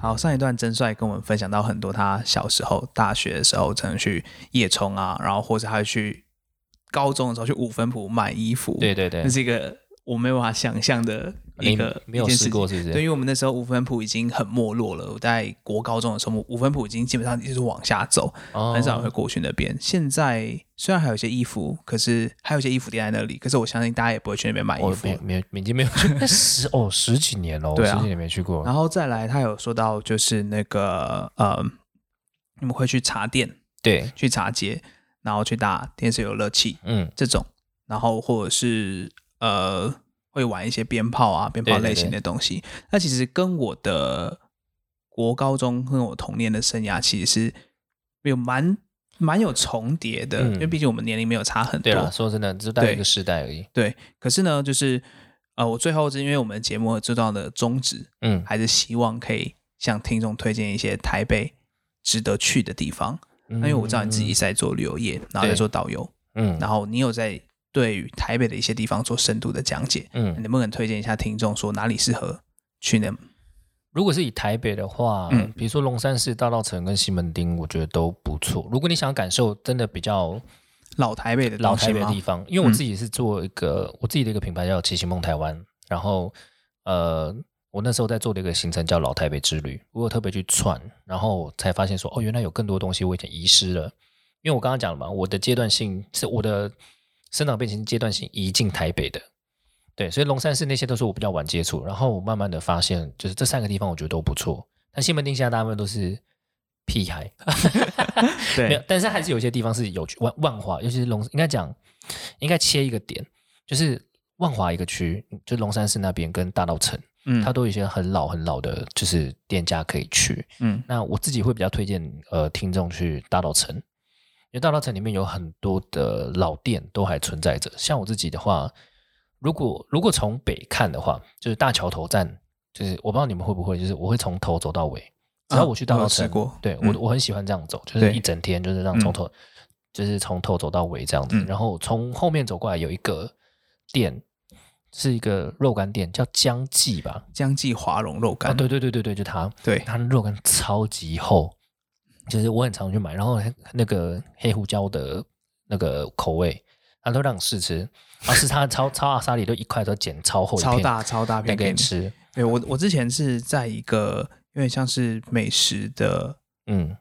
好，上一段真帅跟我们分享到很多他小时候、大学的时候，曾去夜冲啊，然后或者他会去高中的时候去五分铺买衣服，对，对对那，是一个我没有办法想象的一个没有一件事试情过是不是？对，因为我们那时候五分铺已经很没落了，我在国高中的时候，五分铺已经基本上就是往下走，哦很少会过去那边。现在虽然还有一些衣服，可是还有一些衣服店在那里，可是我相信大家也不会去那边买衣我服没。没没已经没有去十哦十几年哦，我对十啊几年没去过然。后再来，他有说到就是那个呃，你们会去茶店，对，去茶街，然后去打电视游乐器嗯，这种，然后或者是呃会玩一些鞭炮啊、鞭炮对对类型的东西。那其实跟我的国高中跟我童年的生涯其实是有蛮蛮有重叠的，嗯因为毕竟我们年龄没有差很对了，多。说真的，就大概对一个世代而已。对，可是呢，就是呃，我最后是因为我们节目最重要的宗旨，嗯，还是希望可以向听众推荐一些台北值得去的地方。因那因为我知道你自己，是在做旅游业，然后在做导游，嗯然后你有在对于台北的一些地方做深度的讲解，嗯，能不能推荐一下听众说哪里适合去呢？如果是以台北的话，嗯比如说龙山寺、大稻城跟西门町，我觉得都不错。如果你想感受真的比较老台北的老东西台北的吗嗯地？方，因为我自己是做一个、我自己的一个品牌叫七星梦台湾，然后呃，我那时候在做的一个行程叫老台北之旅，我有特别去串，然后才发现说，哦，原来有更多东西我以前遗失了。因为我刚刚讲了嘛，我的阶段性是我的生长变形阶段性移进台北的，对，所以龙山寺那些都是我比较晚接触，然后我慢慢的发现，就是这三个地方我觉得都不错，但西门町现在大部分都是屁孩，没有对，，但是还是有些地方是有趣万万华，尤其是龙，应该讲应该切一个点，就是万华一个区，就龙山寺那边跟大稻城，嗯它都有一些很老很老的，就是店家可以去。嗯那我自己会比较推荐呃听众去大稻城，因为大稻城里面有很多的老店都还存在着。像我自己的话，如果如果从北看的话，就是大桥头站，就是我不知道你们会不会，就是我会从头走到尾，只要我去大啊我稻有城，吃过对我嗯我很喜欢这样走，就对是一整天就是让从头、就是从头走到尾这样子，嗯然后从后面走过来有一个店。是一个肉干店，叫江记吧？江记华龙肉啊，干，对对对对对，就它。对它的肉干超级厚，就是我很常去买，然后那个黑胡椒的那个口味，它都让你试吃，然后是它超超阿萨里都一块都剪超厚一片，超大超大那片给给你你。吃，对我我之前是在一个有点像是美食的，嗯，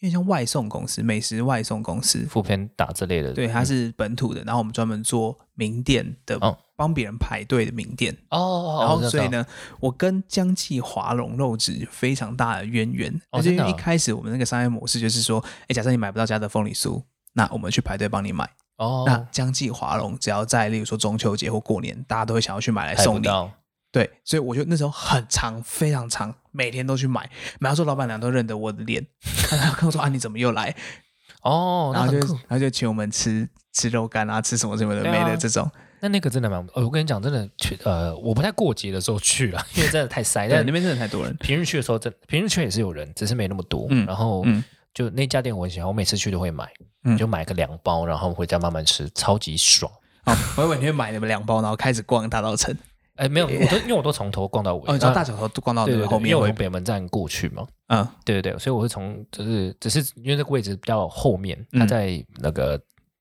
有点像外送公司，美食外送公司，副片打之类的，对，它嗯是本土的，然后我们专门做名店的哦，帮别人排队的名店。哦哦，然我后知所以道，呢，我跟江记华龙肉质有非常大的渊源，哦而且因真的为啊一开始我们那个商业模式就是说，哎，假设你买不到家的凤梨酥。那我们去排队帮你买。那哦，江记华龙只要在，例如说中秋节或过年，大家都会想要去买来拍不送你。到，对，所以我就那时候很长，非常长，每天都去买。买到时候老板娘都认得我的脸， 她跟我说啊，你怎么又来？哦，然后那就很酷然后就请我们吃吃肉干啊，吃什么什么的对没啊的这种。那那个真的蛮，哦我跟你讲，真的去，呃，我不太过节的时候去了，因为真的太塞，对，但那边真的太多人。平日去的时候真，平日去也是有人，只是没那么多。嗯然后嗯就那家店我很喜欢，我每次去都会买，嗯就买个两包，然后回家慢慢吃，超级爽。哦，我以为你会买你们两包，然后开始逛大稻城。哎，没有，我都因为我都从头逛到尾。哦，你知道那大小头都逛到对那对个对，后因面为我会从，北门站过去嘛。嗯，对对对，所以我会从就是只是因为这个位置比较后面，嗯它在那个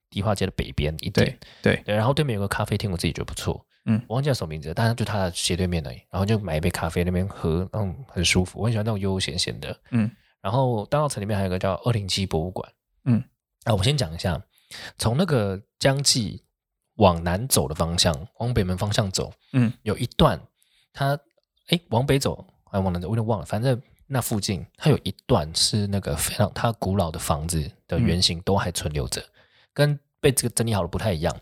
迪化街的北边一点。对对，然后对面有个咖啡厅，我自己觉得不错。嗯我忘记叫什么名字，但是就它的斜对面而已。然后就买一杯咖啡，那边喝，嗯，很舒服。我很喜欢那种悠悠闲闲的。嗯然后大稻城里面还有一个叫二零七博物馆。嗯，啊，我先讲一下，从那个江记往南走的方向，往北门方向走，嗯，有一段它哎往北走还往南走，我有点忘了，反正那附近它有一段是那个非常它古老的房子的原型都还存留着，跟被这个整理好的不太一样。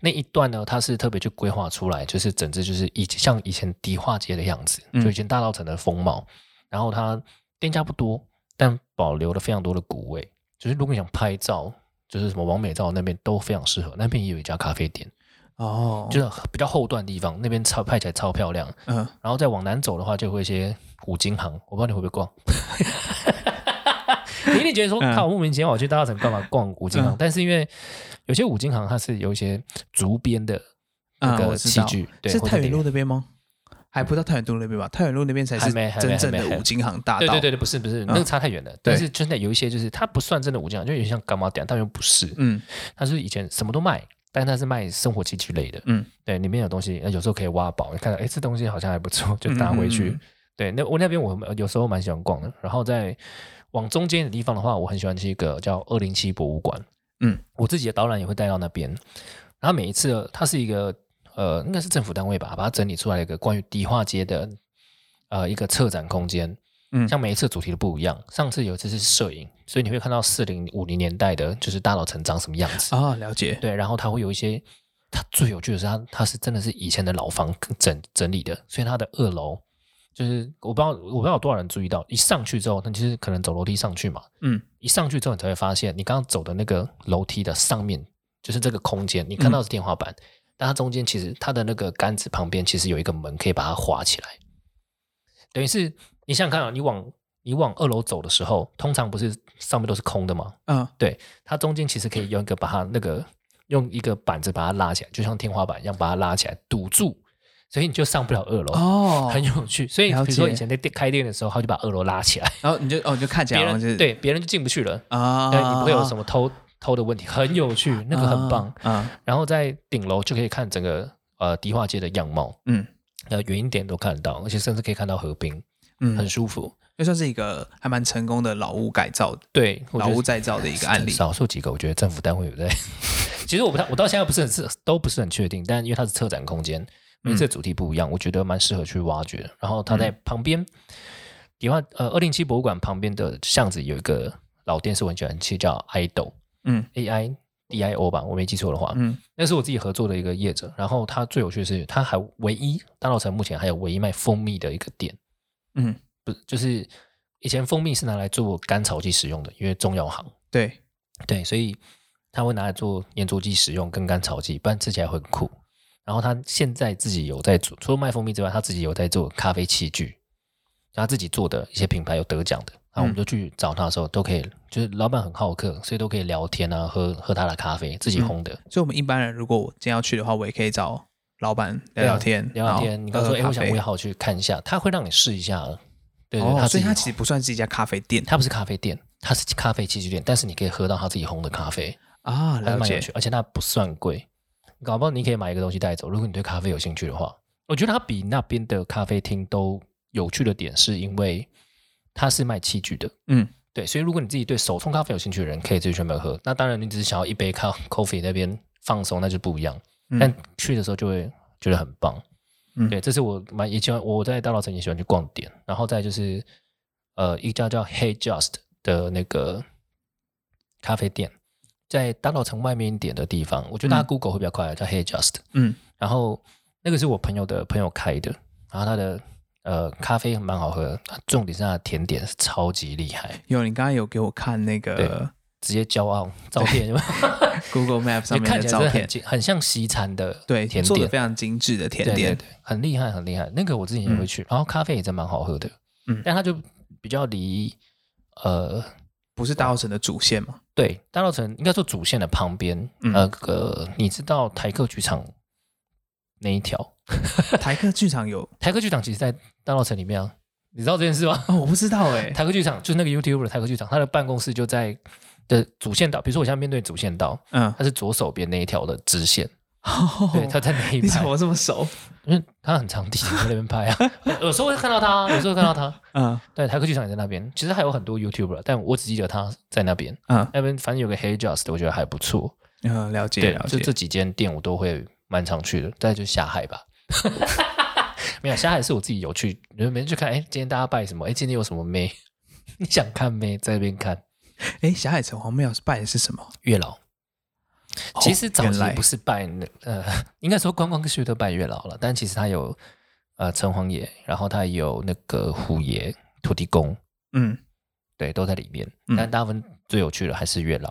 那一段呢，它是特别去规划出来，就是整只就是以像以前迪化街的样子，嗯就以前大稻城的风貌。然后它店家不多，但保留了非常多的古味。就是如果你想拍照，就是什么王美照那边都非常适合。那边也有一家咖啡店，哦，就是比较后段地方，那边超拍起来超漂亮。嗯，然后再往南走的话，就会有一些五金行，我不知道你会不会逛。 你一定觉得说，嗯靠，莫名其妙我去大稻城干嘛逛五金行？嗯但是因为有些五金行它是有一些竹编的嗯那个我知器道具，对，是或者太原碟路那边吗？还不到太原路那边吧？太原路那边才还是没还没真正还没的五金行大道。嗯对对对对，不是不是，那个差太远了。但是真的有一些就是它不算真的五金行，就有点像干妈店，但又不是，嗯它是以前什么都卖，但它是卖生活器具类的。嗯，对，里面有东西，呃有时候可以挖宝，你看到哎这东西好像还不错，就拿回去。嗯嗯嗯对，那我那边我有时候蛮喜欢逛的。然后在往中间的地方的话，我很喜欢去一个叫二零七博物馆。嗯，我自己的导览也会带到那边。然后每一次呃它是一个呃，应该是政府单位吧，把它整理出来一个关于迪化街的呃一个策展空间。嗯像每一次主题都不一样。上次有一次是摄影，所以你会看到四零五零年代的，就是大稻城长什么样子。啊，了解。对，然后它会有一些，它最有趣的是它它是真的是以前的老房整整理的，所以它的二楼就是我不知道我不知道有多少人注意到，一上去之后，那就是可能走楼梯上去嘛，嗯一上去之后你才会发现，你刚刚走的那个楼梯的上面就是这个空间，你看到是天花板，但它中间其实它的那个杆子旁边其实有一个门可以把它划起来，等于是你想想看啊，你往你往二楼走的时候，通常不是上面都是空的吗？嗯它中间其实可以用一个把它那个用一个板子把它拉起来，就像天花板一样把它拉起来堵住，所以你就上不了二楼，哦，很有趣。所以了比如说解以前在店开店的时候，他就把二楼拉起来，然后你就哦，你就看起来别好像就人是对别人就进不去了，啊，但你不会有什么么偷偷的问题，很有趣，那个很棒。啊，然后在顶楼就可以看整个呃迪化街的样貌，嗯呃，远一点都看得到，而且甚至可以看到河滨，很嗯，舒服。这算是一个还蛮成功的老屋改造、对，我觉老得屋再造的一个案例。少数几个，我觉得政府单位有在。其实我不太，我到现在不是很是都不是很确定，但因为它是策展空间，每嗯次主题不一样，我觉得蛮适合去挖掘的。然后它在旁边，迪化呃二零七博物馆旁边的巷子有一个老店，是我很喜欢吃，叫 idol 嗯 A I D I O 吧，我没记错的话，嗯，那是我自己合作的一个业者。然后它最有趣的是，它还唯一大稻城目前还有唯一卖蜂蜜的一个店，嗯，不是就是以前蜂蜜是拿来做干草剂使用的，因为中药行。对，对，所以他会拿来做粘着剂使用，跟干草剂，不然吃起来会很苦。然后他现在自己有在做，除了卖蜂蜜之外，他自己有在做咖啡器具，他自己做的一些品牌有得奖的。然后我们嗯就去找他的时候，都可以，就是老板很好客，所以都可以聊天啊，喝喝他的咖啡，嗯自己烘的，所以我们一般人如果我今天要去的话，我也可以找老板聊对啊聊天，聊然聊后天。你喝刚说，喝哎，咖我想啡我也好去看一下，他会让你试一下。啊对对，哦，他所自以己它其实不算是一家咖啡店他不是咖啡店，他是咖啡器具店，但是你可以喝到他自己烘的咖啡。啊，还了蛮有解趣，而且它不算贵，搞不好你可以买一个东西带走。如果你对咖啡有兴趣的话，我觉得它比那边的咖啡厅都有趣的点，是因为它是卖器具的，嗯，对，所以如果你自己对手冲咖啡有兴趣的人，可以自己去那边喝。那当然，你只是想要一杯咖 coffee 那边放松，那就不一样。嗯但去的时候就会觉得很棒，嗯对，这是我蛮也喜欢，我在大稻城也喜欢去逛点，然后再来就是呃一家叫 Hey Just 的那个咖啡店，在大稻城外面一点的地方，我觉得大家嗯 Google 会比较快，啊叫 Hey Just。嗯然后那个是我朋友的朋友开的，然后他的呃咖啡蛮好喝的，重点是他的甜点是超级厉害，有，你刚刚有给我看那个直接骄傲照片 有没有， Google Map 上你面看的起照来真的片很，精很像西餐的对，甜做的点，非常精致的甜对对点，对，很厉害很厉害。那个我之前也会去，然后咖啡也真蛮好喝的，嗯但它就比较离呃不是大稻城的主线 嘛？对，大稻城应该说主线的旁边，嗯那个你知道台客剧场那一条？台客剧场有台客剧场其实在大稻城里面啊，你知道这件事吗？哦，我不知道哎、台客剧场就是那个 YouTube 的台客剧场，他的办公室就在的主线道，比如说我现在面对主线道，嗯，它是左手边那一条的直线， 对，他在那一 你怎排，么这么熟？因为他很常地勤在那边拍 啊，有时候会看到他，有时候会看到他，嗯对，台客剧场也在那边，其实还有很多 YouTuber，但我只记得他在那边，嗯那边反正有个 Hey Just，我觉得还不错，嗯，了解对了，就这解。几间店我都会蛮常去的，再就下海吧。 没有下海是我自己有去，你们没去看，哎，今天大家拜什么？哎，今天有什么妹？ 你想看妹，在那边看哎，霞海城隍庙是拜的是什么？月老。哦其实早原期来不是拜那呃， 应该说观光去都拜月老了，但其实他有呃城隍爷，然后他有那个虎爷、土地公，嗯对，都在里面。嗯但大部分最有趣的还是月老，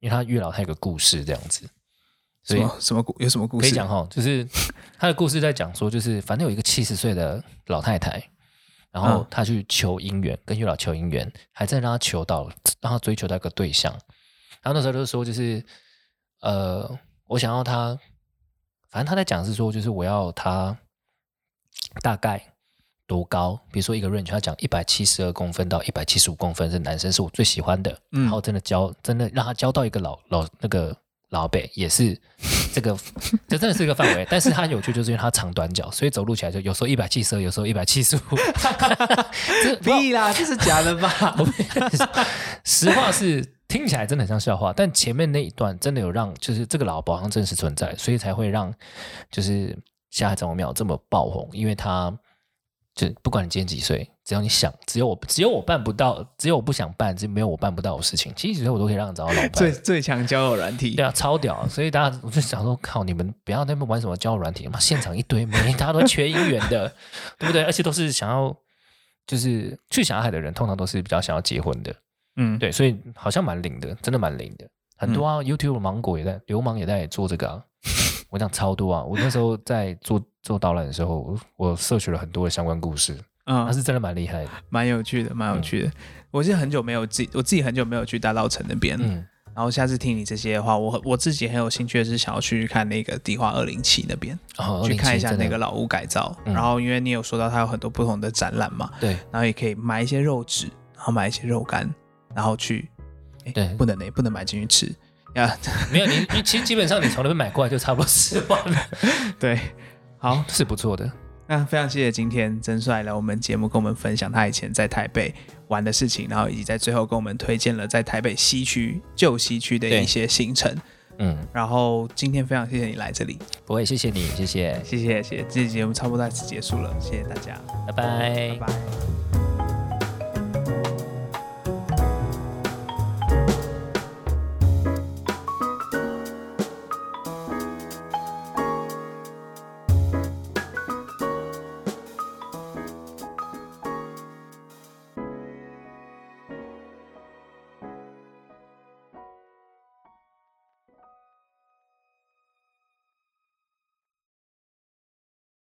因为他月老他有个故事这样子，什所以么什么故有什么故可以事？讲哈，就是他的故事在讲说，就是反正有一个七十岁的老太太，然后嗯她去求姻缘，跟月老求姻缘，还真的让她求到了，让她追求到一个对象。然后那时候就说，就是呃，我想要她，反正她在讲是说，就是我要她大概多高，比如说一个 range，她讲一百七十二公分到一百七十五公分是男生是我最喜欢的，嗯然后真的交，真的让她交到一个老老那个老北也是这个，这真的是一个范围。但是它有趣，就是因为它长短脚，所以走路起来就有时候一百七十二，有时候一百七十五。 这不屁啦，这是假的吧？ 实话是听起来真的很像笑话，但前面那一段真的有让，就是这个老鸨好像真实存在，所以才会让就是下海长庙这么爆红，因为他就不管你今年几岁，只要你想，只有我只有我办不到，只有我不想办，只有没有我办不到的事情，其实几岁我都可以让你找到老板最。最强交友软体对，啊，超屌！所以大家我就想说，靠，你们不要在那边玩什么交友软体嘛，现场一堆妹，大家都缺姻缘的，对不对？而且都是想要，就是去小海的人，通常都是比较想要结婚的，嗯，对，所以好像蛮灵的，真的蛮灵的。很多啊、y o u t u b e 芒果也在，流氓也在做这个啊。 我讲超多啊！我那时候在做做导览的时候，我我摄取了很多的相关故事，他嗯，是真的蛮厉害的。蛮有趣嗯的，蛮有趣的。我是很久没有自己，我自己很久没有去大稻城那边，嗯，然后下次听你这些的话，我我自己很有兴趣的是想要去看那个迪化二零七那边，然后去看一下真的那个老屋改造。嗯然后因为你有说到它有很多不同的展览嘛，对然后也可以买一些肉质，然后买一些肉干，然后去，哎对不能呢、不能买进去吃 呀。没有你， 你其实基本上你从那边买过来就差不多吃完了，对，好，是不错的。那非常谢谢今天曾帅来我们节目跟我们分享他以前在台北玩的事情，然后以及在最后跟我们推荐了在台北西区旧西区的一对些行程。嗯，然后今天非常谢谢你来这里，不会，谢谢你，谢谢，谢谢谢谢，这期节目差不多到此结束了，谢谢大家，拜拜拜拜。